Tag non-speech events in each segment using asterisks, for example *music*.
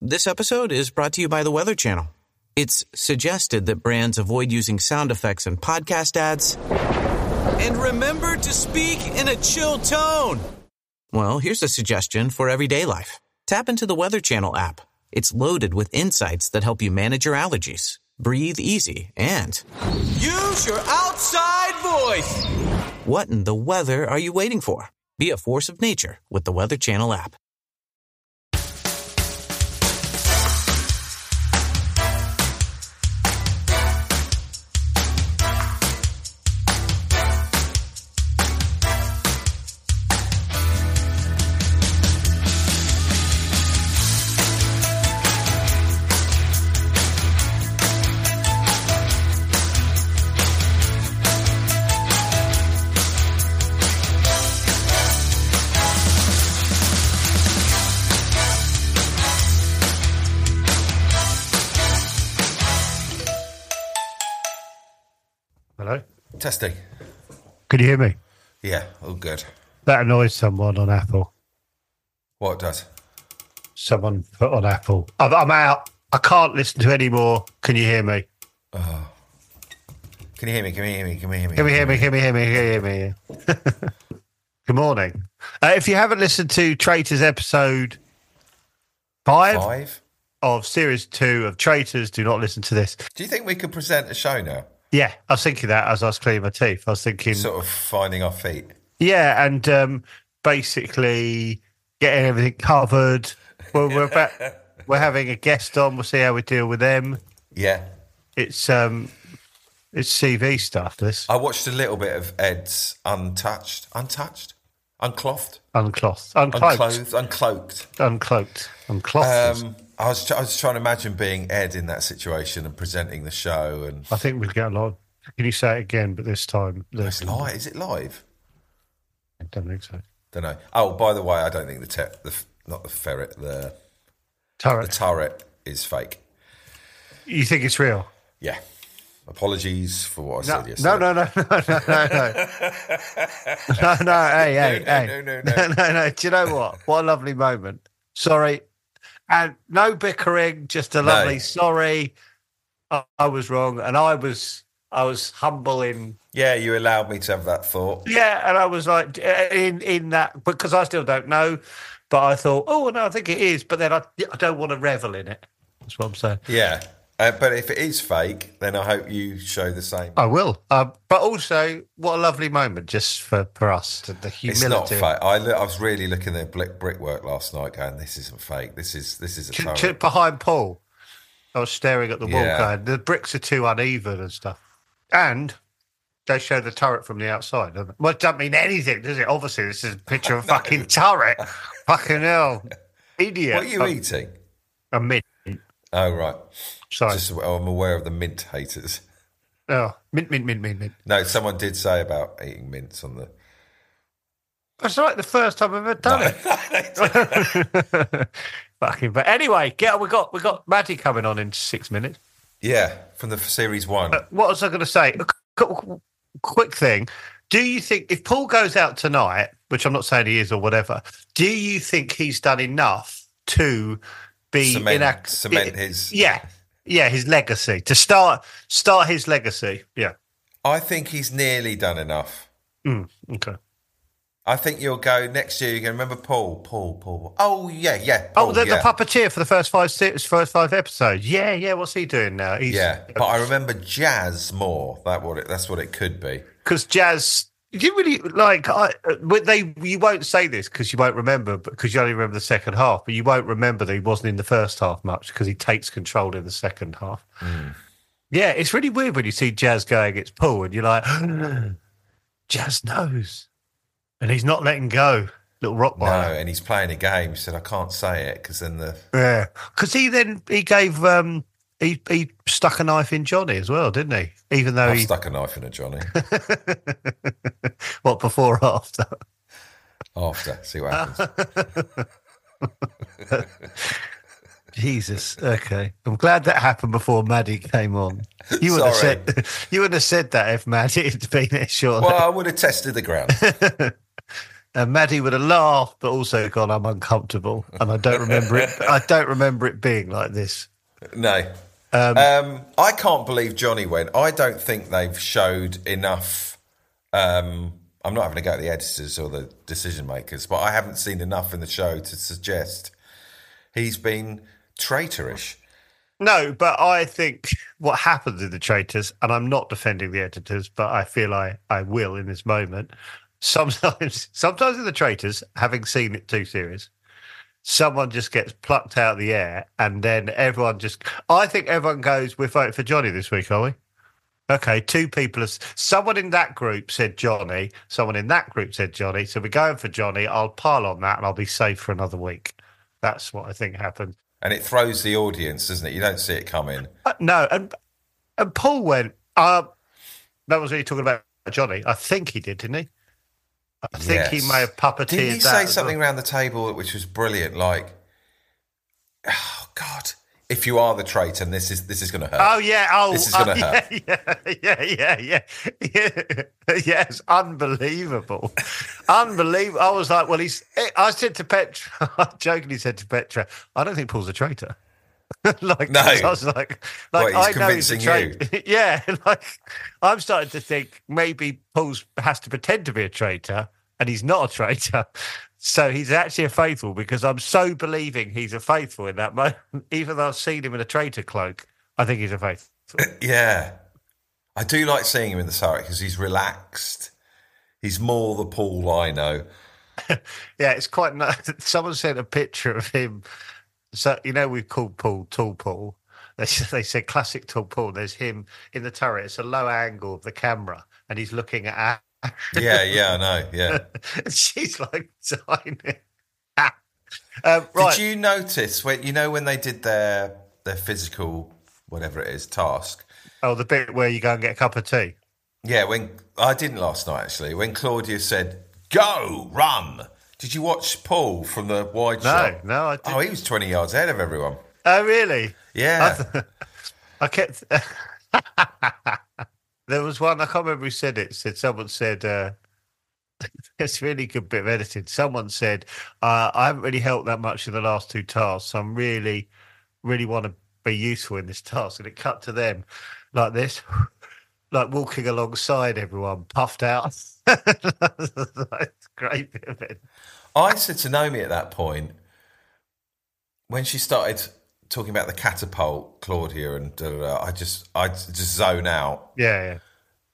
This episode is brought to you by the Weather Channel. It's suggested that brands avoid using sound effects in podcast ads. And remember to speak in a chill tone. Well, here's a suggestion for everyday life tap into the Weather Channel app. It's loaded with insights that help you manage your allergies, breathe easy, and use your outside voice. What in the weather are you waiting for? Be a force of nature with the Weather Channel app. Hello. Testing. Can you hear me? Yeah, all good. That annoys someone on Apple. What does? Someone put on Apple. I'm, I'm out. I can't listen to any more. Can you hear me? Can you hear me? Can you hear me? Can you hear me? Can we hear me? Can we hear me? Can we hear me? *laughs* Good morning. Uh, if you haven't listened to Traitors episode five, Five. of series two of Traitors, do not listen to this. Do you think we could present a show now? Yeah, I was thinking that as I was cleaning my teeth. I was thinking, Sort of finding our feet. yeah, and um, basically getting everything covered. Well, we're about, we're having a guest on. We'll see how we deal with them. Yeah. It's um, it's CV stuff. This I watched a little bit of Ed's untouched, untouched, unclothed, unclothed, uncloaked, unclothed, uncloaked. uncloaked, unclothed. Um, I was, tr- I was trying to imagine being Ed in that situation and presenting the show. And I think we'll get a lot. Of, can you say it again? But this time, it's live. Is it live? I don't think so. Don't know. Oh, by the way, I don't think the te- the f- not the ferret, the the Turret. turret is fake. You think it's real? Yeah. Apologies for what I No, said yesterday. no, no, no, no, no, no, no, no, no. Hey, hey, no, hey. no, no, no, no, no. Do you know what? What a lovely moment. Sorry, and no bickering. Just a lovely sorry. I, I was wrong, and I was, I was humble in Yeah, you allowed me to have that thought. Yeah, and I was like, eh, in in that because I still don't know, but I thought, oh no, I think it is, but then I, I don't want to revel in it. That's what I'm saying. Yeah. Uh, but if it is fake, then I hope you show the same. I will, um, but also, what a lovely moment just for for us to the it's humility. not fake. I, look, I was really looking at brick brickwork last night, going, "This isn't fake. This is this is a Ch- turret." ch- behind Paul, I was staring at the wall, Yeah. going, the bricks are too uneven and stuff, and. They show the turret from the outside. don't they? Well, it doesn't mean anything, does it? Obviously, this is a picture *laughs* of a fucking turret. fucking hell. Idiot. What are you a, eating? a mint. Oh right. Sorry. Just oh, I'm aware of the mint haters. *laughs* Oh, mint, mint, mint, mint, mint. No, someone did say about eating mints on the. That's like the first time I've ever done it. *laughs* Fucking. But anyway, yeah, we got we got Maddie coming on in six minutes. *laughs* Yeah, from the f- series one. What was I going to say? A qu- qu- quick thing. Do you think if Paul goes out tonight, which I'm not saying he is or whatever, do you think he's done enough to be Cement- in a, cement i- his- yeah yeah his legacy to start start his legacy yeah I think he's nearly done enough. Mm, okay I think you'll go next year. You can remember Paul, Paul, Paul. Paul. Oh yeah, yeah. oh Paul, the, yeah. the puppeteer for the first five se- first five episodes yeah yeah what's he doing now he's Yeah, but I remember jazz more. That what it, that's what it could be. because jazz you really like I, uh, when they you won't say this because you won't remember because you only remember the second half but you won't remember that he wasn't in the first half much because he takes control in the second half Hmm. yeah it's really weird when you see jazz going against paul and you're like *gasps* jazz knows and he's not letting go little rock No, and he's playing a game. He said, "I can't say it because then the yeah because he then he gave um he, he stuck a knife in johnny as well didn't he even though I've Oh, he stuck a knife in a Johnny." *laughs* what before or after After, see what happens. *laughs* Jesus. Okay. I'm glad that happened before Maddie came on. You would have Sorry. said *laughs* you would have said that if Maddie had been there short. *laughs* well, I would have tested the ground. And Maddie would have laughed, but also gone, "I'm uncomfortable," and I don't remember it. I don't remember it being like this. No. Um, I can't believe Johnny went. I don't think they've showed enough. Um, I'm not having a go at the editors or the decision makers, but I haven't seen enough in the show to suggest he's been traitorish. No, but I think what happened to the traitors, and I'm not defending the editors, but I feel I, I will in this moment. Sometimes, *laughs* sometimes in the traitors, having seen it too serious, someone just gets plucked out of the air, and then everyone just. I think everyone goes, "We're voting for Johnny this week, are we?" Okay, two people. Have, someone in that group said Johnny. Someone in that group said Johnny. So we're going for Johnny. I'll pile on that, and I'll be safe for another week. That's what I think happened. And it throws the audience, doesn't it? You don't see it coming. Uh, no, and and Paul went. Uh, that was really talking about Johnny. I think he did, didn't he? I think he Yes. may have puppeteered. Did he that say as something well. around the table which was brilliant? Like, oh God, if you are the traitor, and this is this is going to hurt. Oh yeah! Oh, This is oh, gonna *laughs* yeah, yeah, yeah, yeah, yeah, yeah. *laughs* Yes, unbelievable, unbelievable. I was like, well, he's. I said to Petra, *laughs* I jokingly said to Petra, I don't think Paul's a traitor. *laughs* like, No. I was like, like Wait, he's I know he's a convincing traitor. *laughs* yeah, like I'm starting to think maybe Paul's has to pretend to be a traitor, and he's not a traitor. *laughs* So he's actually a faithful because I'm so believing he's a faithful in that moment. *laughs* Even though I've seen him in a traitor cloak, I think he's a faithful. Yeah, I do like seeing him in the Sarek because he's relaxed. He's more the Paul I know. Yeah, it's quite nice. *laughs* Someone sent a picture of him. So you know we've called Paul Tall Paul. *laughs* They said, they said classic Tall Paul. There's him in the turret. It's a low angle of the camera, and he's looking at Ash. *laughs* Yeah, yeah, I know. Yeah. And she's like tiny. *laughs* Ah. um, right. Did you notice when you know when they did their their physical whatever it is task? Oh, the bit where you go and get a cup of tea. Yeah, when I didn't last night actually. When Claudia said "Go run," did you watch Paul from the wide No, shot? no, I didn't. Oh, he was twenty yards ahead of everyone. Oh, really? Yeah, I kept. *laughs* there was one I can't remember who said it. Said someone said. Uh, *laughs* it's a really good bit of editing. Someone said, uh, "I haven't really helped that much in the last two tasks. So I'm really, really want to be useful in this *laughs* task." And it cut to them like this, *laughs* like walking alongside everyone, puffed out. *laughs* That's a great bit of it. *laughs* I said to Naomi at that point when she started talking about the catapult, Claudia, and da, da, da, I just I just zone out. Yeah, yeah.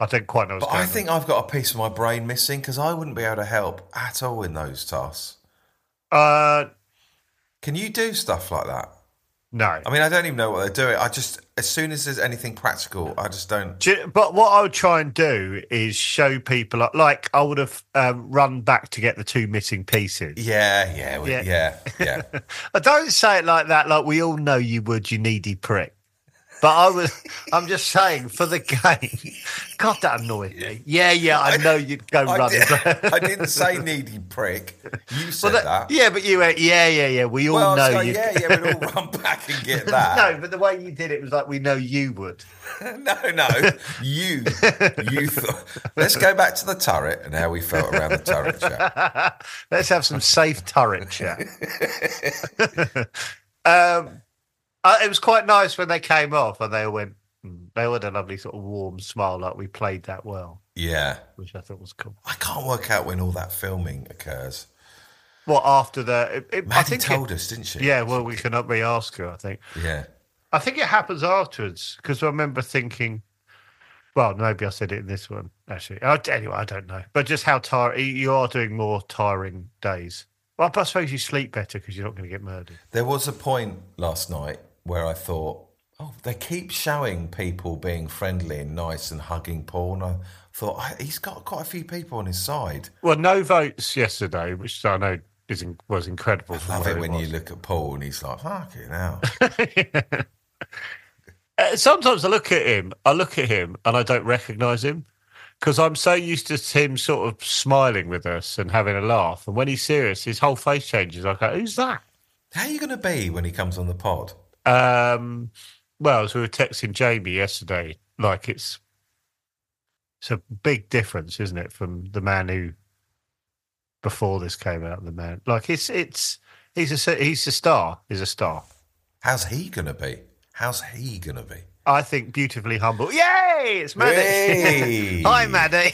I don't quite know. What's But going I think I've got a piece of my brain missing because I wouldn't be able to help at all in those tasks. on. uh, Can you do stuff like that? no. I mean, I don't even know what they're doing. I just, as soon as there's anything practical, I just don't. Do you- but what I would try and do is show people, like I would have um, run back to get the two missing pieces. Yeah, yeah, we, Yeah. yeah, yeah. yeah. I don't say it like that, like we all know you would, you needy prick. But I was, *laughs* I'm just saying for the game. *laughs* God, that annoyed me. Yeah, yeah, I know you'd go *laughs* I, running. *laughs* did, I didn't say needy prick. You said Well, that- that. yeah, but you went, yeah, yeah, yeah. We all Well, I was know going, you. yeah, yeah, we'd all run back and get *laughs* that. No, but the way you did it was like we know you would. No, no, you, you. Th- Let's go back to the turret and how we felt around the turret. Chat. Let's have some safe turret chat. *laughs* um, uh, it was quite nice when they came off and they all went. "Mm." They all had a lovely sort of warm smile, like we played that well, Yeah, which I thought was cool. I can't work out when all that filming occurs. Well, after the, it, it- I Maddie think, it- told us, didn't she? yeah. Well, we cannot re-ask her. I think. yeah. I think it happens afterwards because I remember thinking, well, maybe I said it in this one actually. I, anyway, I don't know, but just how tired you are doing more tiring days. Well, I suppose you sleep better because you're not going to get murdered. There was a point last night where I thought, oh, they keep showing people being friendly and nice and hugging Paul, and I thought "I- he's got quite a few people on his side. Well, no votes yesterday, which I know is in, was incredible. From Love where it when was. you look at Paul and he's like, fucking hell. *laughs* Uh, Sometimes I look at him, I look at him, and I don't recognise him because I'm so used to him sort of smiling with us and having a laugh. And when he's serious, his whole face changes. I go, "Who's that?" How are you going to be when he comes on the pod? Um, well, as we were texting Jamie yesterday, like it's it's a big difference, isn't it, from the man who before this came out. The man, like it's it's he's a he's a star. He's a star. How's he gonna be? How's he gonna be? I think beautifully humble. Yay! It's Maddie. Hey. *laughs* Hi, Maddie.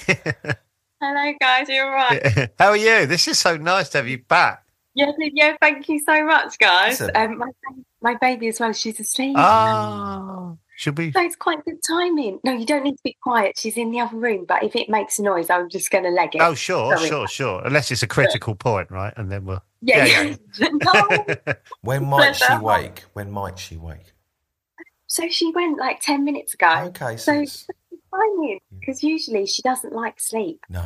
Hello, guys. You're right. How are you? This is so nice to have you back. Yeah, th- yeah. Thank you so much, guys. Awesome. Um, my, ba- my baby as well. She's asleep. Ah, should we? That's quite good timing. No, you don't need to be quiet. She's in the other room. But if it makes noise, I'm just going to leg it. Oh, sure, Sorry. sure, sure. Unless it's a critical point, right? And then we'll. yeah. yeah, *laughs* no. When might Bless she her heart. wake? When might she wake? So she went like ten minutes ago. Okay, so So it's- timing because usually she doesn't like sleep. no.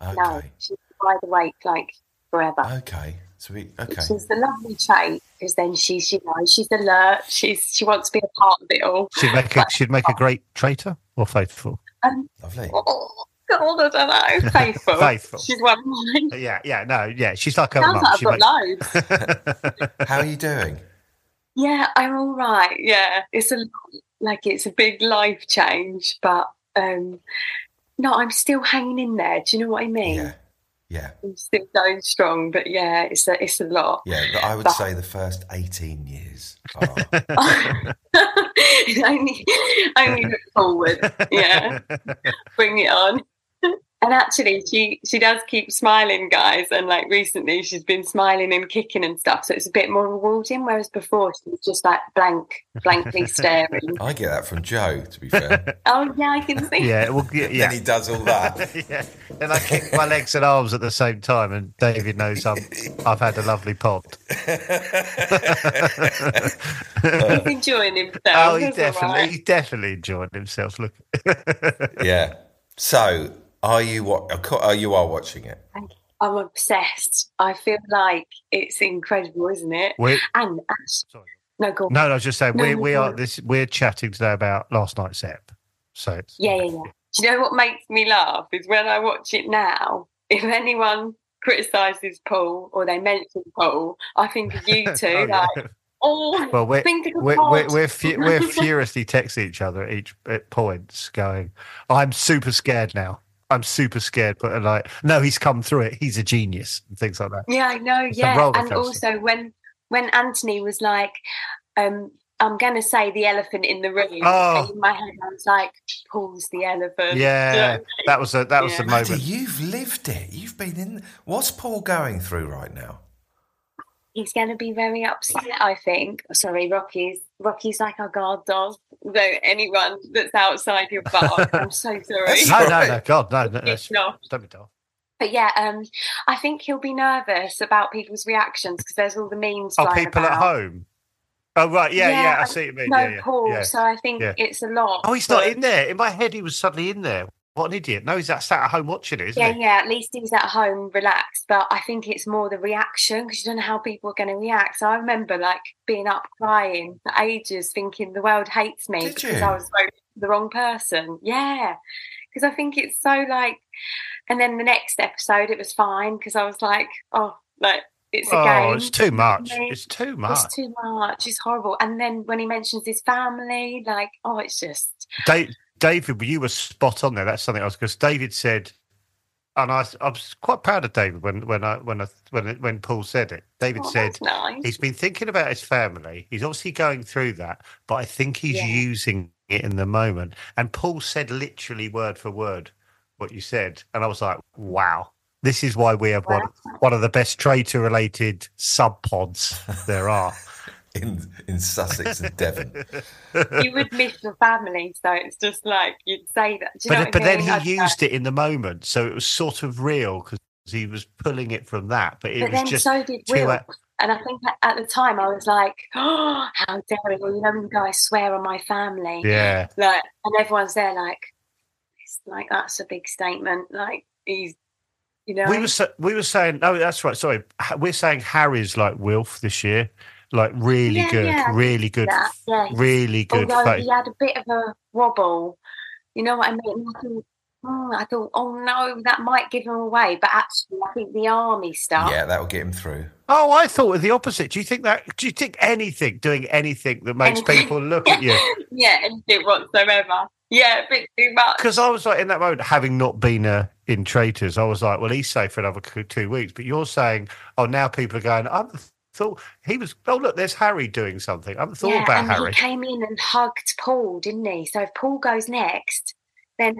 No, Okay. she's wide awake like forever. Okay. So we okay. Which is the lovely trait because then she's you know she's alert. She's she wants to be a part of it all. *laughs* She'd make a, she'd make a great traitor or faithful. Um, Lovely. oh, God, I don't know. Faithful. Faithful. Uh, She's one of mine. Yeah, yeah, no, yeah. She's like her uh, Sounds mum. like I've She got makes- loads. How are you doing? Yeah, I'm all right. Yeah, it's a like it's a big life change, but um, no, I'm still hanging in there. Do you know what I mean? Yeah. Yeah. I'm still going strong, but yeah, it's a it's a lot. Yeah. but I would But- say the first 18 years Oh, are *laughs* only only look forward. *laughs* Yeah, bring it on. *laughs* And actually, she she does keep smiling, guys. And like recently, she's been smiling and kicking and stuff. So it's a bit more rewarding. Whereas before, she was just like blank, *laughs* blankly staring. I get that from Joe, to be fair. oh yeah, I can see. yeah, well, *laughs* yeah, Then yeah. he does all that. *laughs* *laughs* yeah. Then I kick my legs and arms at the same time, and David knows I'm, I've had a lovely pod. *laughs* *laughs* He's enjoying himself. Oh, he That's definitely, alright. he definitely enjoyed himself. Look, *laughs* yeah. So are you what? Are oh, you are watching it? I'm obsessed. I feel like it's incredible, isn't it? we And actually, Sorry. no, go. on. no, no, I was just saying No, we no, we no. are this we're chatting today about last night's ep. So it's- Yeah, yeah, yeah. Do you know what makes me laugh is when I watch it now. If anyone criticizes Paul or they mention Paul, I think of you two. *laughs* *laughs* Oh, like, yeah. oh, Well, we're think of the we're pod. we're, we're, fu- we're *laughs* furiously texting each other at each at points, going, "I'm super scared now. I'm super scared." But like, no, he's come through it. He's a genius and things like that. Yeah, I know. It's a yeah, roller and coaster. also when when Anthony was like, um, "I'm going to say the elephant in the room," Oh. and in my head I was like, "Paul's the elephant." Do you know what I Yeah, mean? that was a, that was the Yeah. Maddie, moment. you've lived it. You've been in. What's Paul going through right now? he's going to be very upset. I think. Sorry, Rocky's Rocky's like our guard dog. Though anyone that's outside your bar, *laughs* I'm so sorry. That's No, no, right. no, God, no, no, It's that's- not. don't be daft. But yeah, um, I think he'll be nervous about people's reactions because there's all the memes. Oh, flying people about. at home. Oh, right, yeah, yeah, Yeah, I I see what you mean. No, yeah, yeah, Paul. yeah. So I think yeah. it's a lot. Oh, he's not but- in there. In my head, he was suddenly in there. What an idiot! No, he's that sat at home watching it, isn't Yeah, he? yeah. At least he's at home, relaxed. But I think it's more the reaction because you don't know how people are going to react. So I remember like being up crying for ages, thinking the world hates me Did because you? I was voting for the wrong person. Yeah, because I think it's so like. And then the next episode, it was fine because I was like, oh, like it's a Oh, game. it's too much. Yeah. It's too much. It's too much. It's horrible. And then when he mentions his family, like, oh, it's just Da- David, you were spot on there. That's something else because David said, and I, I was quite proud of David when when I when I, when when Paul said it. David oh, said that's nice. he's been thinking about his family. He's obviously going through that, but I think he's Yeah. using it in the moment. And Paul said literally word for word what you said, and I was like, wow. This is why we have one, one of the best traitor related sub pods there are. In in Sussex *laughs* and Devon. you would miss your family, so it's just like you'd say that. Do you know but what but I then mean? he I'd go, used it in the moment, so it was sort of real because he was pulling it from that. But it But was then just so did too Will. out- And I think at- at the time I was like, *gasps* oh, how dare he? You know, when you go, I swear on my family. yeah, Like, and everyone's there, like, it's like, that's a big statement. Like, he's, you know, we were sa- we were saying oh that's right sorry Ha- we're saying Harry's like Wilf this year, like really Yeah, good, yeah, I really good, that. Yeah. really good. Although fa- he had a bit of a wobble. You know what I mean? I thought, "Hmm," I thought, oh no, that might give him away. But actually, I think the army stuff. Yeah, that will get him through. Oh, I thought the opposite. Do you think that? Do you think anything doing anything that makes Anything. people look at you? yeah, anything whatsoever. Yeah, a bit too much. Because I was like in that moment, having not been a in Traitors, I was like, well, he's safe for another c- two weeks. But you're saying, oh, now people are going, I haven't thought he was, oh, look, there's Harry doing something. I haven't thought yeah, about and Harry. he came in and hugged Paul, didn't he? So if Paul goes next, then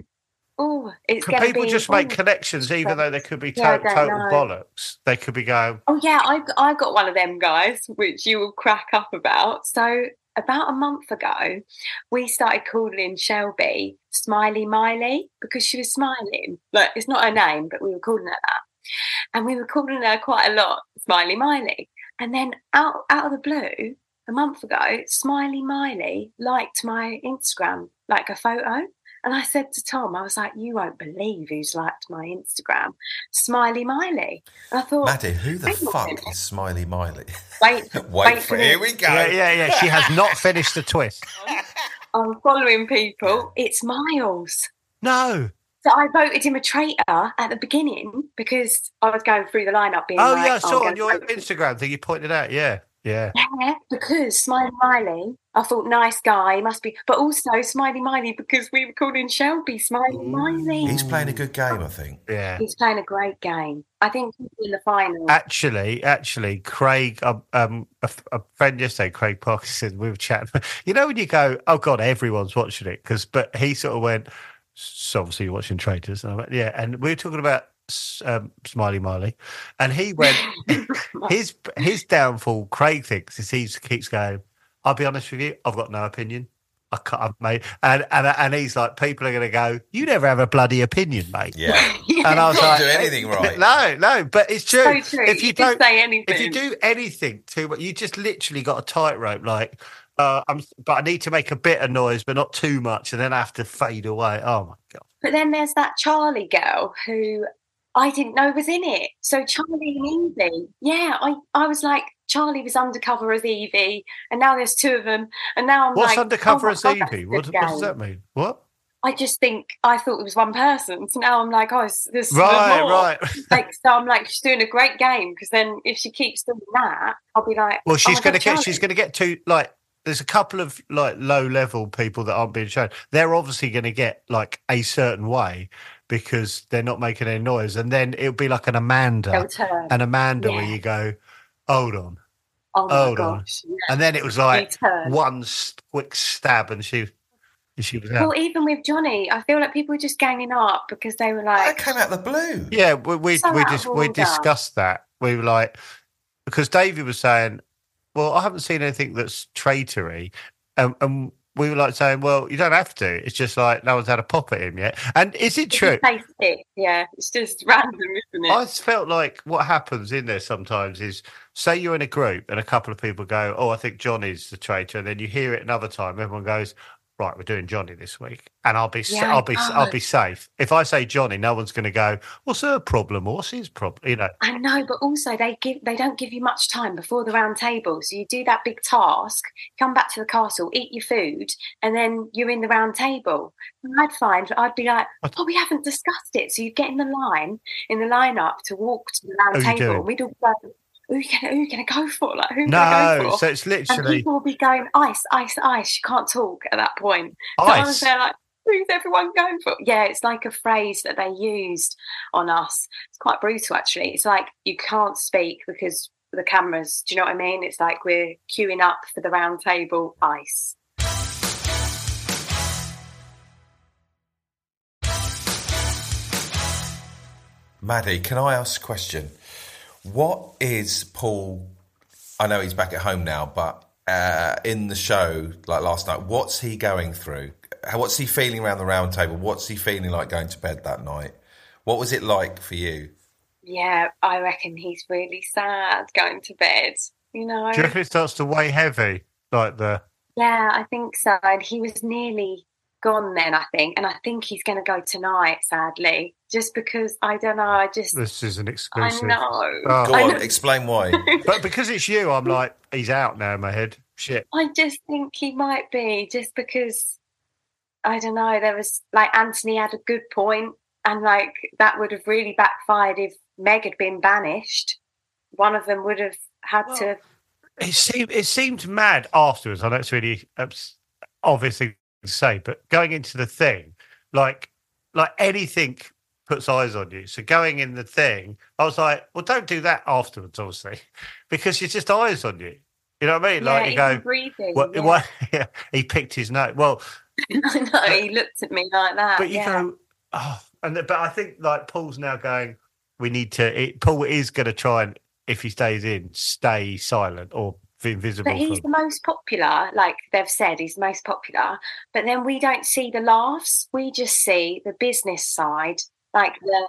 oh, it's Can going to people be just ooh. make connections, even though they could be to- Yeah, I don't total know. bollocks? They could be going, Oh yeah, I I got one of them guys, which you will crack up about. So about a month ago, we started calling Shelby Smiley Miley because she was smiling. Look, it's not her name, but we were calling her that, and we were calling her quite a lot, Smiley Miley. And then out out of the blue, a month ago, Smiley Miley liked my Instagram, like a photo. And I said to Tom, I was like, "You won't believe who's liked my Instagram, Smiley Miley." And I thought, Maddie, who the Hang on a fuck minute. is Smiley Miley? *laughs* Wait, Wait, wait for for it. me. Here we go. yeah, yeah, yeah. She has *laughs* not finished the twist. I'm following people. It's Miles. No. So I voted him a traitor at the beginning because I was going through the lineup being Oh, like, yeah, I I'm saw on gonna your vote for- Instagram thing you pointed out. Yeah, yeah. Yeah, because Smiley Miley, I thought nice guy he must be, but also Smiley Miley because we were calling Shelby Smiley Mm, Miley. He's playing a good game, *laughs* I think. Yeah. He's playing a great game. I think he'll be in the final. *laughs* Actually, actually, Craig, um, um a, f- a friend yesterday, Craig Parkinson, we were chatting. You know when you go, oh god, everyone's watching it because, but he sort of went, so obviously you're watching Traitors, and I went, yeah, and we were talking about s- um, Smiley Marley, and he *laughs* went, his his downfall, Craig thinks, is he keeps going. I'll be honest with you, I've got no opinion. I can't, I've made, and and and he's like, people are going to go, you never have a bloody opinion, mate. Yeah. And I was like, Can't do *laughs* anything right. no, no, but it's true. so true. If you, can don't, say anything, if you do anything too much, you just literally got a tightrope. Like, uh, I'm, but I need to make a bit of noise, but not too much, and then I have to fade away. Oh my god! But then there's that Charlie girl who I didn't know was in it. So Charlie and Evie, yeah, I, I was like, Charlie was undercover as Evie, and now there's two of them, and now I'm What's like, undercover oh my as God, that's a Evie? good What, what does game. that mean? What? I just think I thought it was one person, so now I'm like, oh, it's- there's there's Right, more. right. *laughs* Like, so I'm like, she's doing a great game because then if she keeps doing that, I'll be like, Well, she's Oh my going to God, get. Charlie. She's going to get two. Like, there's a couple of like low level people that aren't being shown. They're obviously going to get like a certain way because they're not making any noise, and then it'll be like an they'll Amanda, turn. an Amanda where Yeah. you go, hold on, Oh my hold on. gosh, and then it was yeah, like they turn. one s- quick stab, and she, she was out. Well, even with Johnny, I feel like people were just ganging up because they were like, That came out the blue. Yeah, we we, So we out of just we order. discussed that. We were like because David was saying, "Well, I haven't seen anything that's traitory," and, and we were like saying, "Well, you don't have to. It's just like no one's had a pop at him yet." And is it It's true? just face it. Yeah, it's just *laughs* random, isn't it? I felt like what happens in there sometimes is, say you're in a group and a couple of people go, "Oh, I think Johnny's the traitor," and then you hear it another time. Everyone goes, "Right, we're doing Johnny this week," and I'll be, s Yeah, Oh. I'll be, s- I'll God. be safe. If I say Johnny, no one's going to go, "What's her problem? Or What's his problem?" *laughs* You know. I know, but also they give they don't give you much time before the round table. So you do that big task, come back to the castle, eat your food, and then you're in the round table. And I'd find I'd be like, What? Oh, we haven't discussed it. So you'd get in the line, in the line up to walk to the Who round you table. doing? And we'd all go, Who you gonna who you gonna go for? Like who gonna go No, for? *laughs* so it's and literally people will be going, Ice, ice, ice, you can't talk at that point. So I was ice. there like, who's everyone going for? Yeah, it's like a phrase that they used on us. It's quite brutal, actually. It's like you can't speak because the cameras. Do you know what I mean? It's like we're queuing up for the round table ice. Maddie, can I ask a question? What is Paul? I know he's back at home now, but uh, in the show, like last night, what's he going through? How- What's he feeling around the round table? What's he feeling like going to bed that night? What was it like for you? Yeah, I reckon he's really sad going to bed. You know, Do you reckon it starts to weigh heavy? Like the Yeah, I think so. And he was nearly gone then, I think. And I think he's going to go tonight, sadly, just because I don't know. I just, this is an I exclusive. know. Oh. Go I on, know. explain *laughs* why. But because it's you, I'm like, he's out now in my head. Shit. I just think he might be, just because I don't know. There was like Anthony had a good point, and like that would have really backfired if Meg had been banished. One of them would have had to. It seemed it seemed mad afterwards. I know it's really obs- obvious thing to say, but going into the thing, like like anything puts eyes on you. So going in the thing, I was like, well, don't do that afterwards, obviously, *laughs* because she's just eyes on you. You know what I mean? yeah, like you even go, *laughs* breathing. what, yeah. what- yeah, he picked his nose. Well, *laughs* I know, he looked at me like that. but you Uh, yeah. go, oh, and the- but I think like Paul's now going, we need to. It, Paul is going to try and if he stays in, stay silent or be invisible. But he's for- the most popular, like they've said, he's the most popular. But then we don't see the laughs; we just see the business side, like the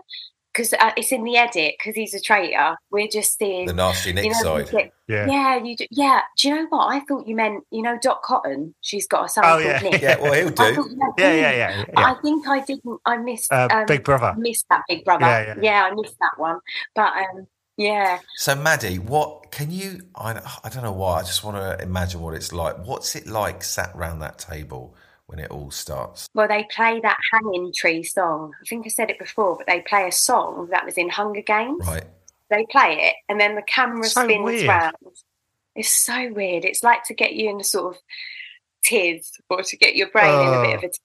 because uh, it's in the edit because he's a traitor. We're just seeing The nasty Nick you know, side. you get- yeah. yeah, you do, yeah. Do you know what I thought you meant? You know, Dot Cotton. She's got a son Oh, *laughs* called yeah. Nick. Yeah, well, he'll *laughs* I thought do. you meant yeah, him. yeah, yeah, yeah. I think I didn't. I missed. Uh, *laughs* um, Big Brother. missed that Big Brother. Yeah, Yeah, yeah. I missed that one. But um, yeah, So, Maddie, what can you? I, I don't know why. I just want to imagine what it's like. What's it like sat round that table when it all starts? well, they play that Hanging Tree song. I think I said it before, but they play a song that was in Hunger Games. Right. They play it, and then the camera So spins weird. round. It's so weird. It's like to get you in a sort of tiz or to get your brain in a bit Oh. of a tiz.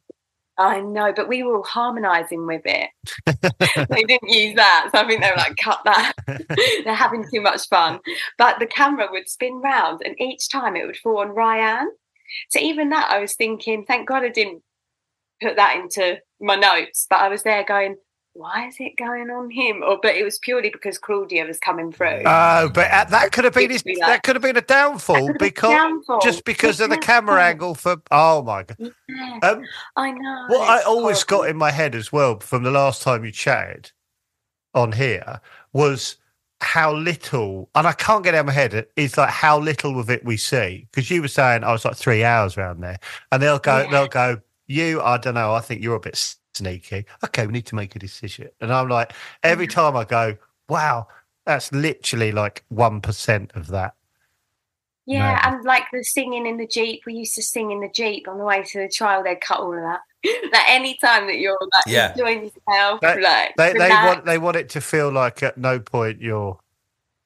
I know, but we were all harmonising with *laughs* it. they didn't use that, so I think they were like, cut *laughs* that. They're having too much fun. But the camera would spin round, and each time it would fall on Ryan. So even that, I was thinking, thank God I didn't put that into my notes, but I was there going, why is it going on him? Or but it was purely because Claudia was coming through. Oh, but uh, that could have been his, Could be that. that could have been a That downfall could've been because downfall. just because of the Yeah. camera angle for oh my god. Yeah, Um, I know. what I it's always horrible. got in my head as well from the last time you chatted on here was how little, and I can't get it out of my head, is like how little of it we see. Because you were saying I was like three hours around there, and they'll go, Yeah. they'll go, you, I don't know, I think you're a bit sneaky. Okay, we need to make a decision, and I'm like, every Mm. time I go, wow, that's literally like one percent of that. Yeah, and like the singing in the Jeep, we used to sing in the Jeep on the way to the trial, they'd cut all of that. *laughs* like any time that you're like Yeah. enjoying yourself, They- like They they relax. want they want it to feel like at no point you're.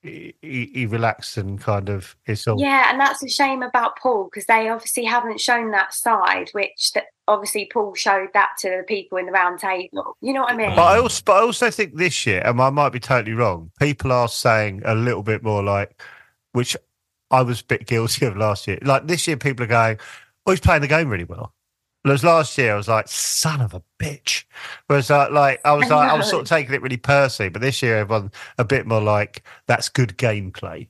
He, he, he relaxed and kind of it's all Yeah, and that's a shame about Paul because they obviously haven't shown that side, which that obviously Paul showed that to the people in the round table. You know what I mean? But I also, but I also think this year, and I might be totally wrong. People are saying a little bit more like, which I was a bit guilty of last year. Like this year, people are going, "Oh, he's playing the game really well." Whereas last year, I was like, "Son of a bitch." Whereas uh, like I was I like, I was know. sort of taking it really personally. But this year, everyone a bit more like, "That's good gameplay."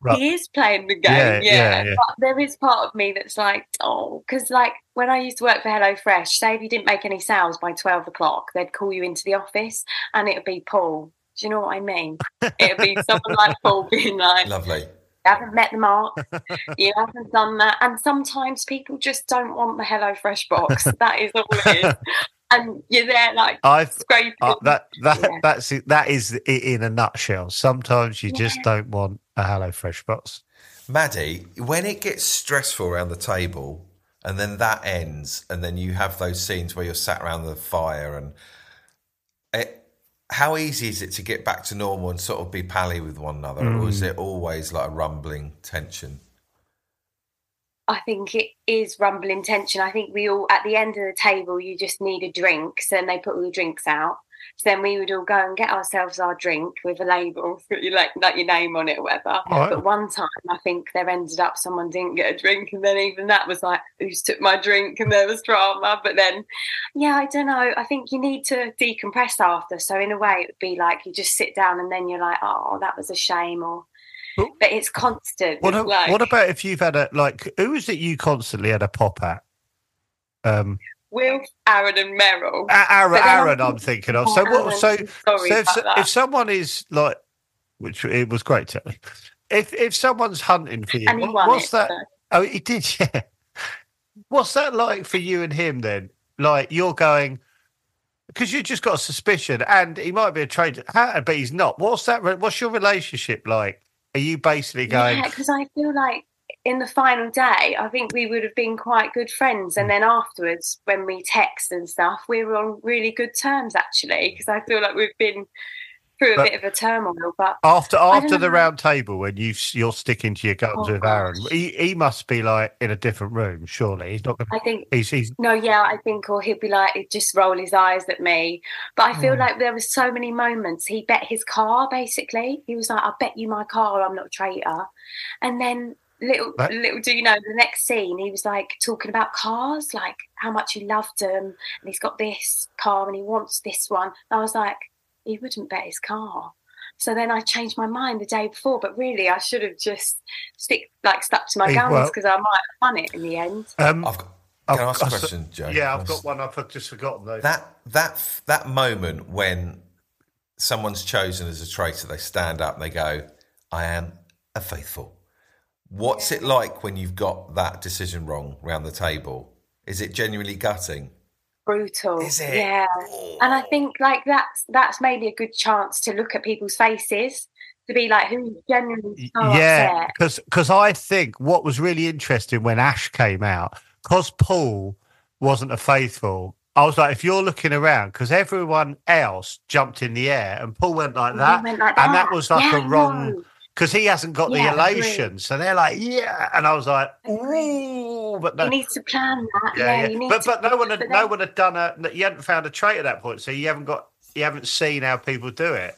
Right. He is playing the game, Yeah, yeah. yeah, yeah. But there is part of me that's like, oh, because like when I used to work for HelloFresh, say if you didn't make any sales by twelve o'clock, they'd call you into the office, and it'd be Paul. Do you know what I mean? It'd be someone like Paul being like, Lovely. you haven't met the mark, you haven't done that, and sometimes people just don't want the HelloFresh box. That is all it is, and you're there like I've scraping. uh, *laughs* that that Yeah. that's it, that is it in a nutshell. Sometimes you just don't want a Hello Fresh box. Maddie, when it gets stressful around the table and then that ends, and then you have those scenes where you're sat around the fire, and it, how easy is it to get back to normal and sort of be pally with one another? Or Hmm. is it always like a rumbling tension? I think it is rumbling tension. I think we all, at the end of the table, you just need a drink. So then they put all the drinks out. So then we would all go and get ourselves our drink with a label, *laughs* you like like your name on it or whatever. Right. But one time, I think there ended up someone didn't get a drink, and then even that was like, who's took my drink? And there was drama. But then, yeah, I don't know. I think you need to decompress after. So in a way, it would be like you just sit down and then you're like, oh, that was a shame, or. Well- But it's constant. What, It's a- like- what about if you've had a like? Who is it you constantly had a pop at? Um, Will, Aaron, and Merrill. A- Aaron, But then Aaron I'm I'm thinking of. Oh, So what? Aaron, So, I'm sorry so if, about that. if someone is like, which it was great, Telly. If if someone's hunting for you, and he what- won what's it, that? so- Oh, he did. *laughs* Yeah. What's that like for you and him then? Like you're going because you just got a suspicion, and he might be a traitor, ha- but he's not. What's that? re- What's your relationship like? Are you basically going? Yeah, because I feel like in the final day, I think we would have been quite good friends. Mm. And then afterwards, when we text and stuff, we were on really good terms actually, because I feel like we've been through a But- bit of a turmoil, but After I don't after the know. round table, when you you're sticking to your guns Oh, with Aaron, gosh. he, he must be like in a different room. Surely he's not going. I think He's he's no, yeah, I think, or he'd be like, he'd just roll his eyes at me. But I feel Mm. like there were so many moments. He bet his car, basically. He was like, "I bet you my car, I'm not a traitor." And then little That- little do you know, the next scene, he was like talking about cars, like how much he loved them, and he's got this car and he wants this one. And I was like, he wouldn't bet his car. So then I changed my mind the day before, but really I should have just stick like stuck to my Hey, guns well- because I might have won it in the end. um I've got, I've- can I ask a I've- question, Joe? yeah. I've got one. I've just forgotten though. That that that moment when someone's chosen as a traitor, they stand up and they go, "I am a faithful." What's it like when you've got that decision wrong round the table? Is it genuinely gutting? brutal Is it? Oh. yeah and i think like that's that's maybe a good chance to look at people's faces to be like who's genuinely so yeah, upset because because I think what was really interesting when Ash came out, because Paul wasn't a faithful. I was like, if you're looking around, because everyone else jumped in the air, and Paul went like He that, went like "Ah, and that was like Yeah, a I wrong know. because he hasn't got Yeah, the agreed. elation. So they're like, yeah, and I was like, ooh, but you no, need to plan that yeah, yeah, yeah. you need but to but no one had but no then- one had done a you hadn't found a trait at that point, so you haven't got you haven't seen how people do it.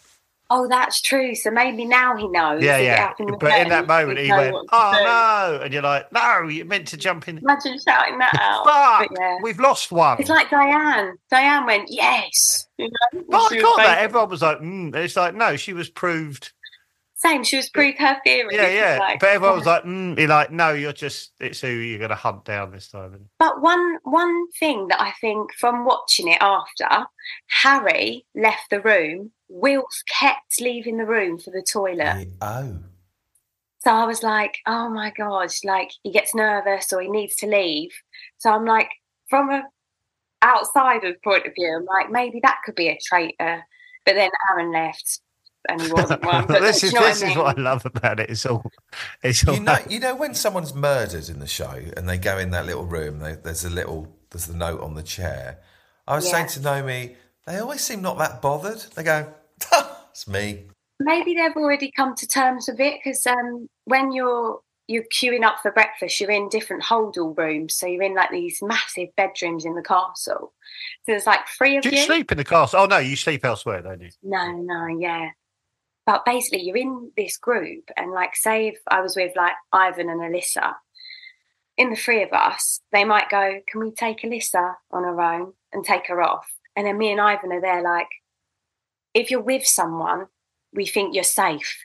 oh that's true so maybe now he knows Yeah, if it yeah. happened But in then, that moment, he'd he know went, what to do. "Oh no!" And you're like, "No, you meant to jump in." imagine shouting *laughs* that out Fuck, but yeah we've lost one. it's like diane diane went yes you know Oh, She I was got that. basically- Everyone was like, mm. and "It's like no, she was proved." same she was proved her theory Yeah, She was yeah. like, but everyone "Yeah." was like, mm. "You're like, no, you're just it's who you're going to hunt down this time." But one one thing that I think from watching it after, Harry left the room. Wilf kept leaving the room for the toilet. *laughs* Oh, So I was like, oh my God, like he gets nervous or he needs to leave. So I'm like, from a outsider's point of view, I'm like, maybe that could be a traitor. But then Aaron left and he *laughs* wasn't one. Um, But this do is you know this what I is mean? what I love about it. It's all, it's all. you know, you know when someone's murdered in the show and they go in that little room. They, there's a little, there's the note on the chair. I was Yeah. saying to Nomi, they always seem not that bothered. They go, *laughs* "It's me." maybe they've already come to terms with it because um, when you're you're queuing up for breakfast, you're in different holdall rooms. So you're in like these massive bedrooms in the castle. So there's like three *laughs* of Do you you. sleep in the castle? Oh no, you sleep elsewhere, don't you? No, no, yeah. But basically, you're in this group, and like, say if I was with like Ivan and Alyssa, in the three of us, they might go, "Can we take Alyssa on her own and take her off?" And then me and Ivan are there, like, if you're with someone, we think you're safe.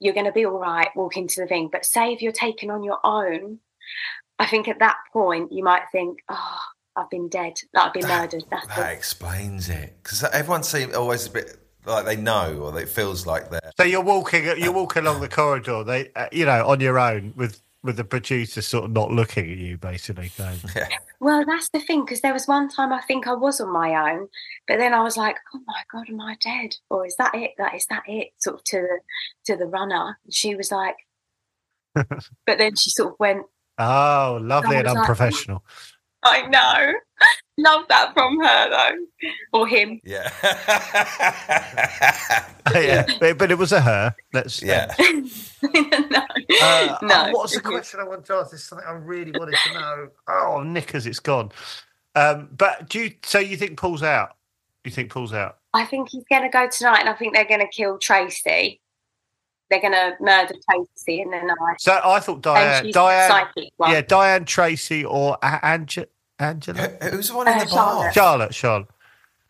You're going to be all right. Walk into the thing, but say if you're taken on your own, I think at that point you might think, "Oh, I've been dead. Like, I've been murdered." That's That it. explains it because everyone seems always a bit like they know or it feels like they're. So you're walking, you walk along the corridor. They, uh, you know, on your own with with the producer sort of not looking at you, basically. Going, *laughs* Well, that's the thing because there was one time I think I was on my own, but then I was like, "Oh my god, am I dead? Or is that it? Like, is that it?" Sort of to the to the runner. And she *laughs* was like, but then she sort of went, oh, lovely and Someone's like- unprofessional. *laughs* "I know, love that from her though, or him." *laughs* Yeah. *laughs* *laughs* yeah, but, but it was a her. Let's yeah. no, Uh, *laughs* no. oh, what's the question I want to ask? There's something I really wanted to know. Oh, knickers, it's gone. Um, but do you? So you think Paul's out? You think Paul's out? I think he's going to go tonight, and I think they're going to kill Tracy. They're going to murder Tracy in the night. So I thought And Diane, she's Diane, the psychic one. yeah, Diane Tracy or a- Ange- *laughs* Angela, Who- Who's the one in Uh, the bar? Charlotte, Charlotte.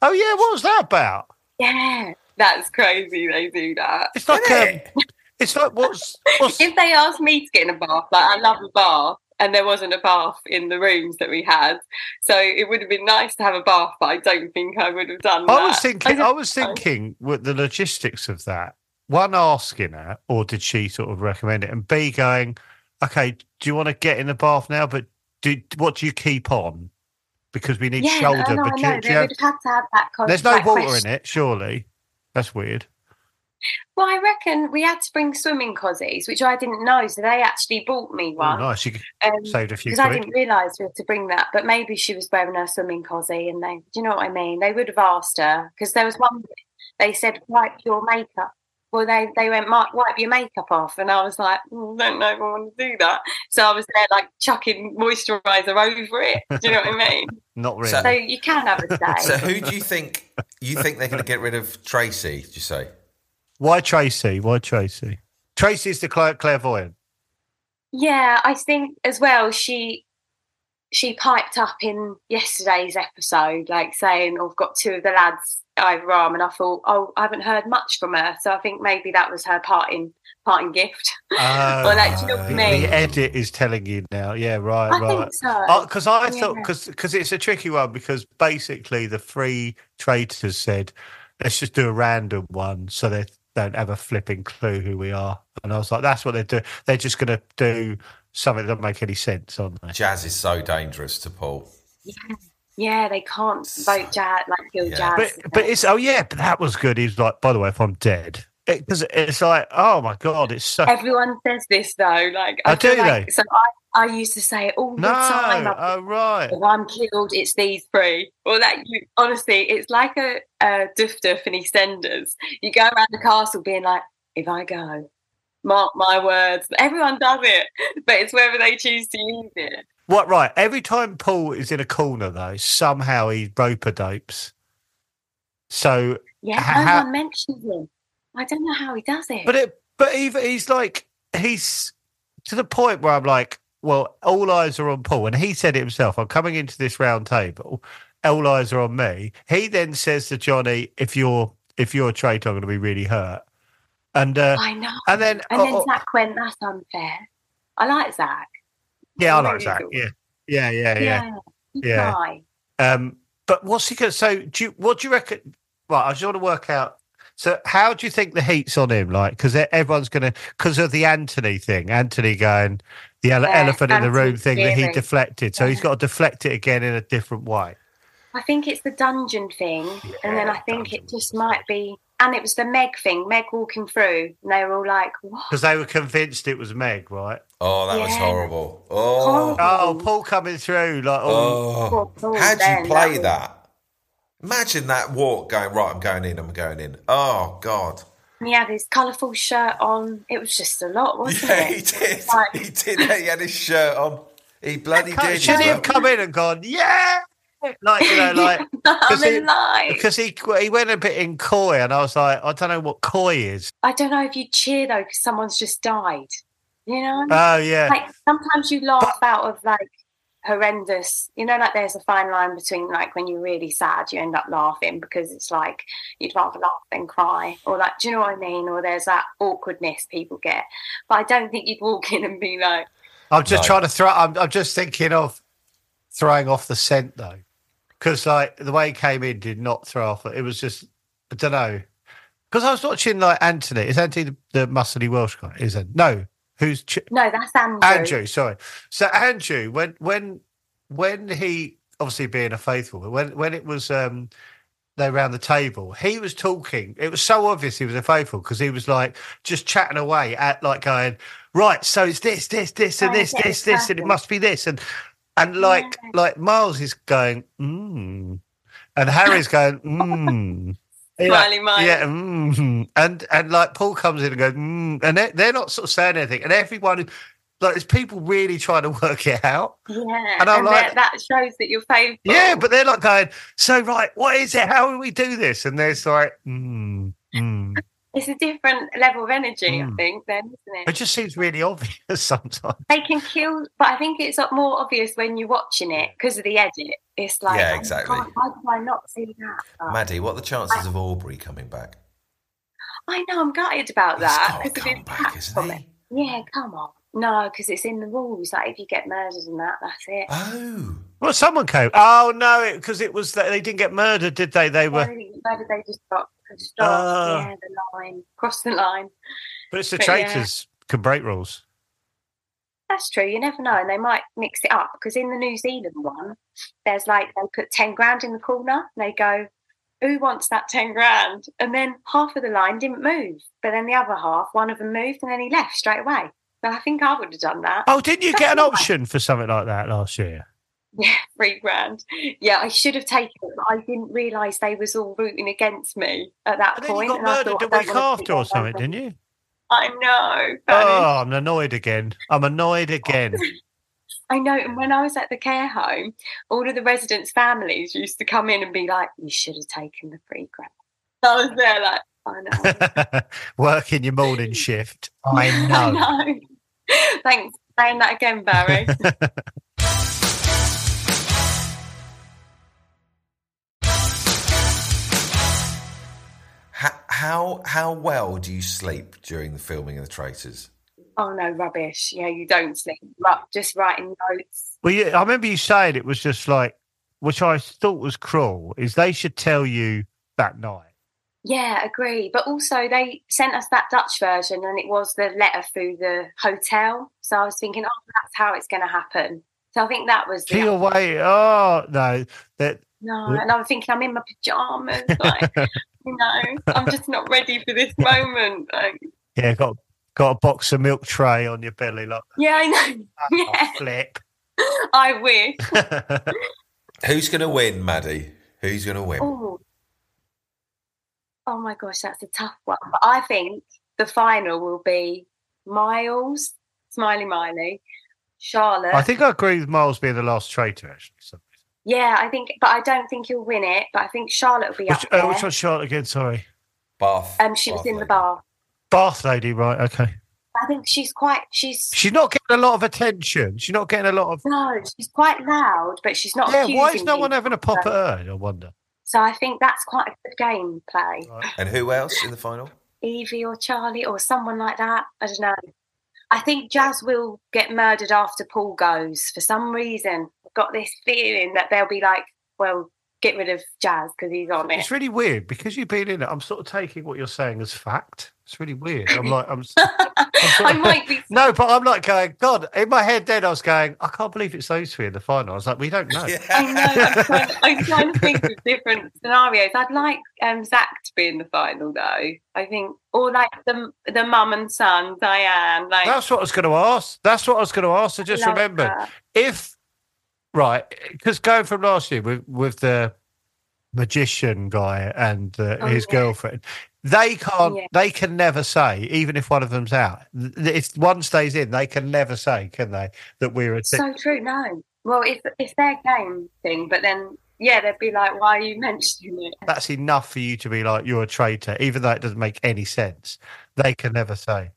Oh yeah, what was that about? yeah. That's crazy. They do that. It's like um, Isn't it? it's like what's *laughs* what's if they asked me to get in a bath, like I love a bath, and there wasn't a bath in the rooms that we had, so it would have been nice to have a bath, but I don't think I would have done that. I was thinking. oh, don't I was thinking with the logistics of that. One asking her, or did she sort of recommend it? And B going, okay, do you want to get in the bath now? But do what do you keep on? Because we need yeah, shoulder. I know, but I do know. you- do they you have- would have had to have that. Con- there's no that water question. in it, surely. That's weird. Oh, Well, I reckon we had to bring swimming cozies, which I didn't know, so they actually bought me Oh, one. nice, you Um, saved a few because I quid. didn't realise we had to bring that, but maybe she was wearing her swimming cozy, and they, do you know what I mean? They would have asked her because there was one they said wipe your makeup. Well, they, they went, Mark, wipe your makeup off. And I was like, mm, I don't know if I want to do that. So I was there, like, chucking moisturizer over it. Do you know what I mean? Not really. So you can have a day. *laughs* So who do you think you think they're going to get rid of Tracy? Did you say? Why Tracy? Why Tracy? Tracy's the cla- clairvoyant. Yeah, I think as well she she piped up in yesterday's episode, like saying, oh, "I've got two of the lads over arm," and I thought, "Oh, I haven't heard much from her," so I think maybe that was her parting parting gift. Oh, *laughs* well, like, do you know what I The, mean? the edit is telling you now. Yeah, right, I right. think so. Because I Yeah. thought, because it's a tricky one, because basically the three traitors said, let's just do a random one so they don't have a flipping clue who we are. And I was like, that's what they're doing. They're just going to do something that doesn't make any sense, aren't they? Jazz is so dangerous to Paul. yeah. Yeah, they can't vote jazz like kill Yeah. jazz. But, but it's, oh, yeah, but that was good. He's like, by the way, if I'm dead, because it's like, oh my God, it's so. Everyone says this though. Like Oh, feel do like- they? So I, I used to say it all the No, time. I'd oh, right. if I'm killed, it's these three. Or that you honestly, it's like a, a duff duff in EastEnders. You go around the castle being like, if I go, mark my words. Everyone does it, but it's whether they choose to use it. What right? Every time Paul is in a corner, though, somehow he rope a dopes. So, Yeah, How- no one mentions him. I don't know how he does it. but it, but even he's like he's to the point where I'm like, well, all eyes are on Paul, and he said it himself. I'm coming into this round table, all eyes are on me. He then says to Johnny, "If you're if you're a traitor, I'm going to be really hurt." And uh, *laughs* I know. and then, And then oh, oh, Zach went, that's unfair. I like Zach. yeah, I like Really that. good. Yeah, yeah, yeah, yeah. Good Yeah. guy. Um, but what's he going? to So, do you, what do you reckon? Well, I just want to work out. So, how do you think the heat's on him? Like, because everyone's going to because of the Anthony thing. Anthony going the ele- Yeah, elephant in the room Anthony's thing that he theory. deflected. So he's got to deflect it again in a different way. I think it's the dungeon thing, and then I think dungeon it was just the might be. And it was the Meg thing, Meg walking through, and they were all like, "What?" Because they were convinced it was Meg, right? Oh, that was Yeah. horrible. Oh, Horrible. Oh, Paul coming through like all oh. Paul how do then, you play that was- that? Imagine that walk going right. I'm going in. I'm going in. Oh God. And he had his colourful shirt on. It was just a lot, wasn't Yeah, he it? did. *laughs* Like- He did. He had his shirt on. He bloody did. should he He's have come in and gone, yeah, like you *laughs* know, like. I'm Because it- alive. Because he he went a bit in coy, and I was like, I don't know what coy is. I don't know if you cheer though, because someone's just died. You know, Oh yeah, like sometimes you laugh out of like horrendous. You know, like there's a fine line between like when you're really sad, you end up laughing because it's like you'd rather laugh than cry, or like, do you know what I mean? Or there's that awkwardness people get. But I don't think you'd walk in and be like, I'm just No. trying to throw. I'm, I'm just thinking of throwing off the scent though, because like the way he came in did not throw off. It was just I don't know. Because I was watching like Anthony. Is Anthony the, the muscly Welsh guy? Is it no? Who's Ch- "No, that's Andrew." Andrew? Sorry. So Andrew, when when when he obviously being a faithful, but when when it was um they round the table, he was talking. It was so obvious he was a faithful because he was like just chatting away at like going right. So it's this, this, this, and Trying this, to get this, this, and it distracted. must be this, and and like Yeah. like Miles is going mm, and Harry's going *laughs* mm. You know, Smiley Miles. yeah, mm, and and like Paul comes in and goes, mm, and they're, they're not sort of saying anything, and everyone, like, there's people really trying to *laughs* work it out. Yeah, And and, I'm like- that, that shows that you're faithful. Yeah, but they're like going, so right, what is it? How do we do this? And there's like, mm, mm. it's a different level of energy, Mm. Hmm. I think. Then, isn't it just seems really obvious *laughs* sometimes. they can kill but i think it's more obvious when you're watching it because of the edit it's like Yeah, oh my exactly. God, why do i not see that Maddie, what are the chances of Aubrey coming back? i know i'm gutted about He's that got to 'cause come it's back, that isn't from he? it. yeah come on no because it's in the rules like if you get murdered and that that's it Oh, Well, someone came. Oh no, because it, was that they didn't get murdered, did they? They were, Why did they just got pushed Oh. Uh. off? Yeah, the line, cross the line. but it's the but yeah. traitors can break rules. That's true. You never know, and they might mix it up because in the New Zealand one, there's like they put ten grand in the corner. And they go, "Who wants that ten grand?" And then half of the line didn't move, but then the other half, one of them moved, and then he left straight away. But I think I would have done that. *laughs* Oh, didn't you get an That's right. option for something like that last year? Yeah, three grand. Yeah, I should have taken it, but I didn't realise they was all rooting against me at that And then you point. got and I murdered thought, the I don't week wanna after do or that something, over. didn't you? I know. Fanny. Oh, I'm annoyed again. I'm annoyed again. *laughs* I know. And when I was at the care home, all of the residents' families used to come in and be like, "You should have taken the three grand." I was there like, "I know, Working your morning shift. *laughs* I *laughs* I know. know." Thanks for saying that *laughs* again, Barry. How, how how well do you sleep during the filming of the Traitors? oh no, rubbish. Yeah, you don't sleep. But just writing notes. Well, yeah, I remember you saying it was just like, which I thought was cruel, is they should tell you that night. Yeah, agree. But also, they sent us that Dutch version, and it was the letter through the hotel. So I was thinking, oh, that's how it's going to happen. So I think that was the Peel away. Oh no, that No, Yeah. and I'm thinking I'm in my *laughs* pajamas, like you know, I'm just not ready for this moment. Like, yeah, got got a box of milk tray on your belly, like yeah, I know. *laughs* *laughs* oh, Yeah, flip. I wish. Who's going to win, Maddie? Who's going to win? Oh, oh my gosh, that's a tough one. But I think the final will be Miles, Smiley Miley, Charlotte. I think I agree with Miles being the last traitor, actually. So. yeah, I think, but I don't think he'll win it. But I think Charlotte will be Which, up there. uh, which one's Charlotte again? Sorry, Bath. um, she was Bath in the lady. bar. Bath lady, right? Okay, I think she's quite. She's she's not getting a lot of attention. She's not getting a lot of. no, she's quite loud, but she's not. Yeah, why is accusing no one people. having a pop at her? I wonder. So I think that's quite a good game play. Right. And who else in the final? Evie or Charlie or someone like that. I don't know. I think Jazz will get murdered after Paul goes for some reason. I've got this feeling that they'll be like, well, get rid of Jazz because he's on *laughs* it. It's really weird because you've been in it. I'm sort of taking what you're saying as fact. It's really weird. I'm like, I'm. s- *laughs* I might be. *laughs* No, but I'm like going, God, in my head then I was going, I can't believe it's those three in the final. I was like, we don't *laughs* know. *laughs* I know. I'm trying, I'm trying to think of different scenarios. I'd like um, Zach to be in the final, though. I think, or like the the mum and son, Diane. Like, That's what I was going to ask. That's what I was going to ask. I just love remembered. that. If, right, because going from last year with, with the magician guy and uh, Oh, his yeah. girlfriend, they can't, Yeah. they can never say, even if one of them's out, th- if one stays in, they can never say, can they, that we're a team. So true. No. Well, it's it's their game thing, but then yeah, they'd be like, "Why are you *laughs* mentioning it?" That's enough for you to be like, you're a traitor, even though it doesn't make any sense. They can never say.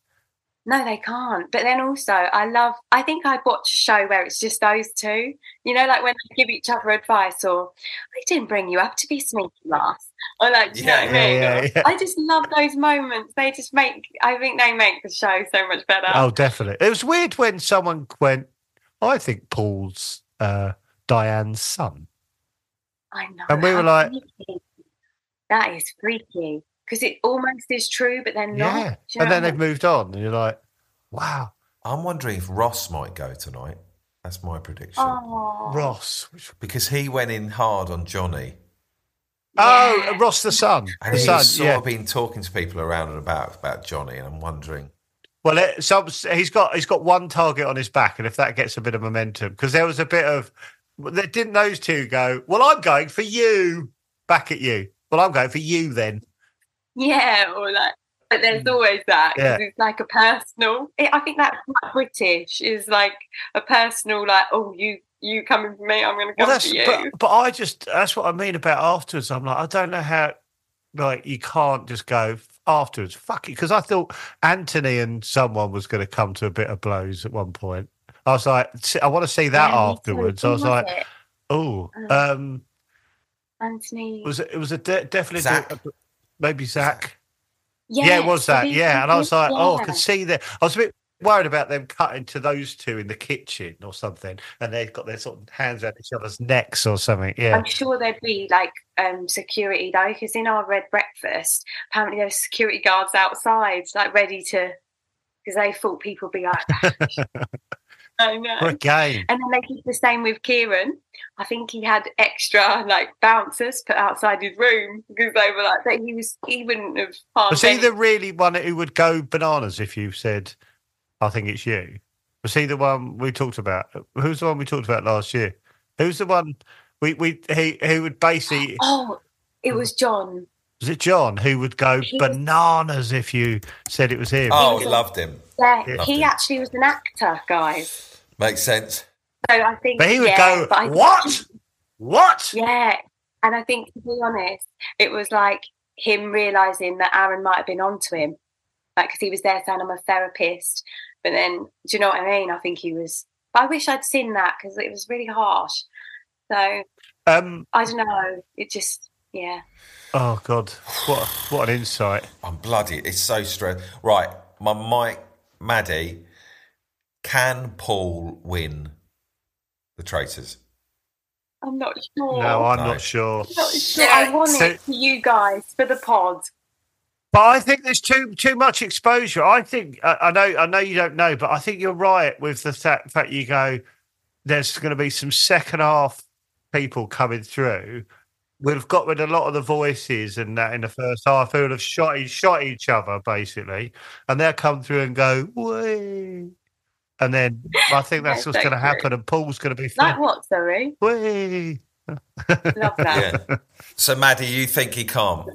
No, they can't. But then also, I love. I think I'd watch a show where it's just those two. You know, like when they give each other advice, or I didn't bring you up to be sneaky last, or like, do you know what I Yeah, mean? yeah, yeah. I just love those moments. They just make. I think they make the show so much better. Oh, definitely. It was weird when someone went, I think Paul's uh, Diane's son. I know. And we were how like- freaky. "That is freaky," because it almost is true, but then Yeah. not. Do you And know then what I they've moved on, and you're like, wow, I'm wondering if Ross might go tonight. That's my prediction. Oh, Ross. Which- Because he went in hard on Johnny. Oh, yeah. Ross the son. And the he's son, sort yeah. of been talking to people around and about about Johnny, and I'm wondering. Well, it, some, he's got he's got one target on his back, and if that gets a bit of momentum, because there was a bit of, there- didn't those two go? Well, I'm going for you, back at you. Well, I'm going for you then. yeah, or like. But there's always that 'cause Mm. Yeah. it's like a personal. It, I think that's quite British is like a personal, like oh you you coming for me, I'm gonna Well, come that's for you. but, but I just that's what I mean about afterwards. I'm like, I don't know how, like, you can't just go f- afterwards. Fuck it, because I thought Anthony and someone was going to come to a bit of blows at one point. I was like, "S- I want to see that Yeah, me too. afterwards. Who I was like, it? oh, Uh, um, Anthony. was it? It was a de- definitely Zach. a- maybe Zach. Yes, yeah, it was that. Steve Yeah, and I was like, oh, I yeah. could see that. I was a bit worried about them cutting to those two in the kitchen or something, and they've got their sort of hands at each other's necks or something. Yeah. I'm sure there'd be like um, security though, because in our red breakfast, apparently there were security guards outside, like ready to, because they thought people would be like, *laughs* I know. What a game. And then they did the same with Kieran. I think he had extra like bouncers put outside his room because they were like that. He was he wouldn't have harmed. Was he any- the really one who would go bananas if you said, I think it's you? Was he the one we talked about? Who's the one we talked about last year? Who's the one we we he who would basically Oh, it was John. was it John who would go He- bananas if you said it was him? Oh, Yeah. loved him. Yeah, Yeah. he actually was an actor, guys. Makes sense. So I think but he would yeah, go but I- what what? Yeah, and I think to be honest, it was like him realizing that Aaron might have been onto him, like because he was there saying I'm a therapist, but then do you know what I mean? I think he was. I wish I'd seen that because it was really harsh. So Um. I don't know. It just yeah. Oh God, what what an insight. I'm bloody. It's so stress. Right, my mic, Maddie. Can Paul win the traitors? I'm not sure. No, I'm No. not sure. I'm not sure. I want So- it for you guys for the pod. But I think there's too too much exposure. I think I, I know I know you don't know, but I think you're right with the fact fact you go. There's going to be some second half people coming through. We'll have got rid of a lot of the voices and that in the first half. Who will have shot e- shot each other basically, and they'll come through and go way. And then I think that's Yes, what's going to thank you. happen. And Paul's going to be Like like, *laughs* what? Sorry, way. love that. Yeah. so, Maddie, you think he can't?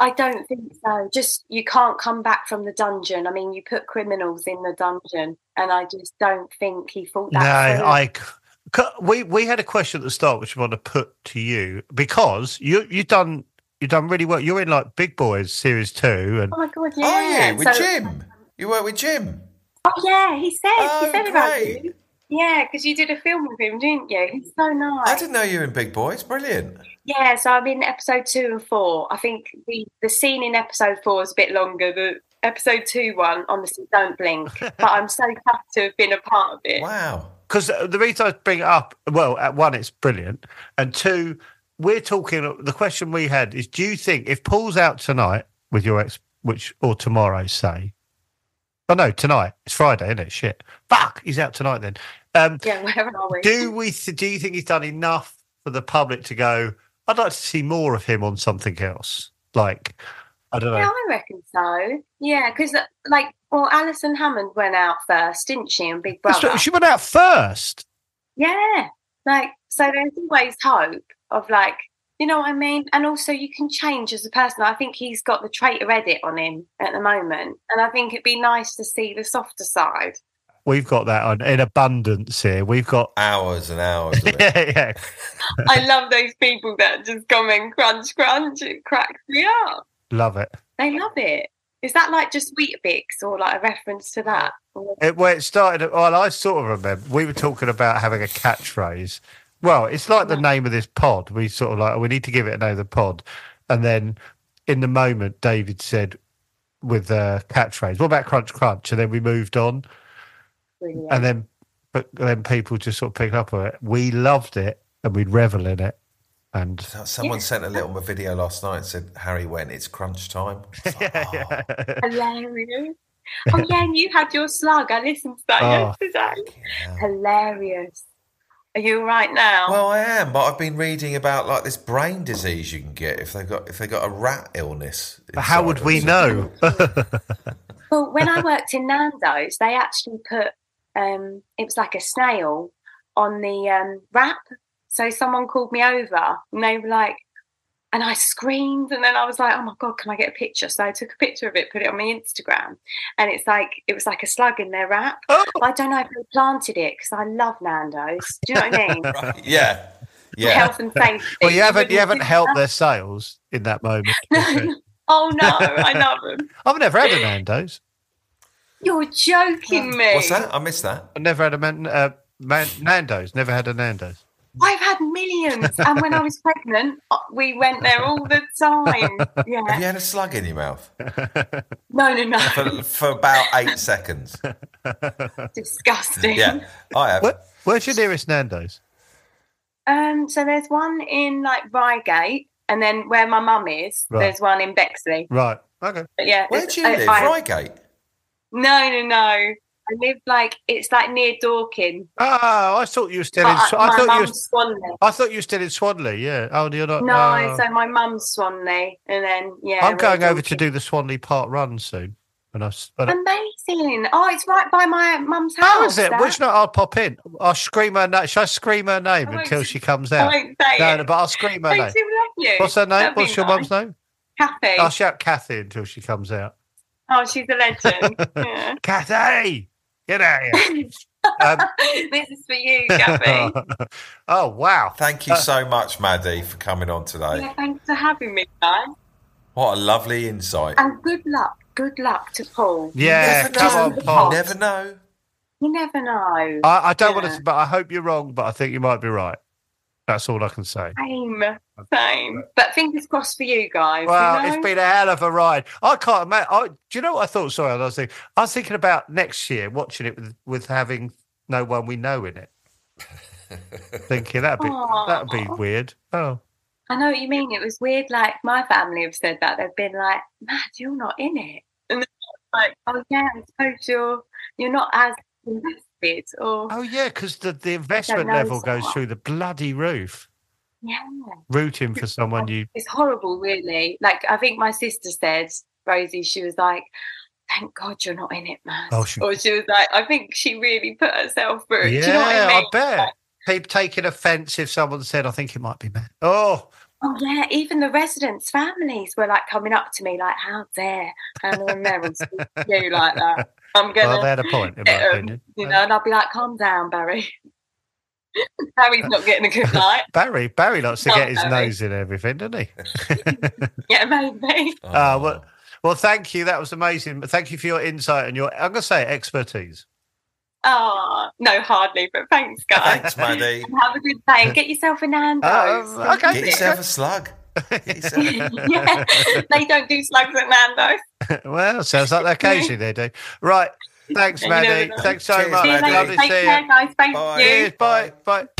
I don't think so. Just you can't come back from the dungeon. I mean, you put criminals in the dungeon, and I just don't think he thought No, that. through. I. c- c- We we had a question at the start which we want to put to you because you you done you done really well. You're in like Big Boys series two, and Oh my god! Yeah. Are you with So- Jim? You work with Jim. Oh yeah, he said. Oh, he said about great. you. Yeah, because you did a film with him, didn't you? He's so nice. I didn't know you were in Big Boys. Brilliant. Yeah, so I'm in episode two and four. I think the, the scene in episode four is a bit longer. The episode two one, honestly, *laughs* don't blink. but I'm so happy to have been a part of it. Wow. because the reason I bring it up, well, at one, it's brilliant, and two, we're talking. The question we had is, do you think if Paul's out tonight with your ex, which or tomorrow, say, oh no, tonight it's Friday, isn't it? Shit, fuck, he's out tonight then. Um, Yeah, where are we? do we th- do you think he's done enough for the public to go i'd like to see more of him on something else like i don't know Yeah, I reckon so. Yeah, because like, well, Alison Hammond went out first, didn't she? And Big That's Brother. what- she went out first yeah, like so. There's always hope of like, you know what I mean. And also, you can change as a person. I think he's got the traitor edit on him at the moment, and I think it'd be nice to see the softer side. we've got that on, in abundance here we've got *laughs* Hours and hours. Of it. yeah yeah I love those people that just come in crunch, crunch. It cracks me up. love it They love it. Is that like just Weetabix or like a reference to that? Oh, Or- it where it started well i sort of remember we were talking about having a catchphrase well it's like the name of this pod we sort of like we need to give it a name of the pod and then in the moment david said with uh, catchphrase what about crunch crunch and then we moved on Brilliant. *laughs* and then but then people just sort of picked up on it. We loved it and we'd revel in it. And *laughs* Someone sent a little video last night and said, Harry went, it's crunch time. It's like, oh, Hilarious. Oh yeah, and you had your slug. I listened to that Oh. yesterday. yeah. Hilarious. Are you all right now? Well, I am, but I've been reading about like this brain disease you can get if they've got if they got a rat illness. but how inside would them. we So- know? *laughs* Well, when I worked in Nando's, they actually put um, it was like a snail on the um, wrap. So someone called me over, and they were like, and I screamed, and then I was like, oh my god, can I get a picture? So I took a picture of it, put it on my Instagram, and it's like it was like a slug in their wrap. Oh. But I don't know if they planted it because I love Nando's. Do you know what *laughs* I mean? Right, Yeah, yeah. Health and safety. well, you haven't you wouldn't haven't do *laughs* helped their sales in that moment. No. Oh no, I love them. I've never had a Nando's. You're joking me. What's that? I missed that. I've never had a man, uh, man, Nando's. Never had a Nando's. I've had millions. And when I was pregnant, uh, we went there all the time. Have you Yeah. had a slug in your mouth No, *laughs* no, no. *laughs* for, for about eight seconds? Disgusting. Yeah, I have. Where, where's your nearest Nando's? Um, so there's one in like Reigate, and then where my mum is, Right. there's one in Bexley. Right. Okay. But yeah. Where it's- do you I- live? I- Reigate. No, no, no. I live like it's like near Dorking. Oh, I thought you were still in. But Sw- I, I my thought you. mum's Were, Swanley. I thought you were still in Swanley. Yeah. Oh, you're not. No, oh. so my mum's Swanley, and then yeah. I'm going over to Dorking. do the Swanley Park run soon. When I, s- when I- Amazing. Oh, it's right by my mum's house. how is it? Oh, that. Which night I'll pop in? I'll scream her name. Should I scream her name I won't until s- she comes I out? won't say No, it. no, but I'll scream her They name. still love you. What's her name? That'd be What's your nice. mum's Oh, name? Kathy. I'll shout Kathy until she comes out. Oh, she's *laughs* a legend. yeah. *laughs* Kathy, get out here. Um, this is for you, *laughs* Gabby. oh wow! Thank you Uh, so much, Maddie, for coming on today. yeah, thanks for having me, guys. What a lovely insight. And good luck. Good luck to Paul. Yeah, Never know. come on, You Paul. Oh. Pod. Never know. You never know. I, I don't want Yeah. to, but I hope you're wrong. But I think you might be right. That's all I can say. Same, same. But fingers crossed for you guys. Well, you know? it's been a hell of a ride. I can't imagine. I, do you know what I thought? Sorry, I was thinking. I was thinking about next year watching it with, with having no one we know in *laughs* it. Thinking that'd be Aw. that'd be weird. Oh, I know what you mean. It was weird. Like my family have said that they've been like, "Mad, you're not in it," and they're like, "Oh yeah, I suppose you're you're not as invested." Or oh yeah, because the, the investment know level goes someone. through the bloody roof. yeah, Rooting for someone you it's horrible, really. Like I think my sister said, Rosie, she was like. Thank God you're not in it, man. Oh, she- Or she was like, I think she really put herself through. it. Yeah, *laughs* Do you know what I mean? bet. People taking offence if someone said, "I think it might be Matt." Oh, Oh yeah, even the residents' families were like coming up to me like, "How dare Hannah and Meryl speak to you like that?" I'm gonna, well, they had a point in my *laughs* Yeah, um, opinion. you know, and I'd be like, "Calm down, Barry. *laughs* Barry's not getting a good night." *laughs* Barry, Barry likes to Oh, get his Barry. nose in everything, doesn't he? yeah, maybe. Ah, well, well, thank you. That was amazing. Thank you for your insight and your, I'm going to say, it, expertise. *laughs* Oh no, hardly. But thanks, guys. Thanks, Maddie. And Have a good day. and Get yourself a Nando's. Um, okay. Get yourself a slug. Get yourself a- *laughs* yeah, they don't do slugs at Nando's. well, sounds like occasionally they do. Right. Thanks, You never Maddie. know. Thanks so Cheers, much. See you Maddie. later. Lovely Take seeing you. care, guys. Thank Bye. you. Cheers. Bye. Bye.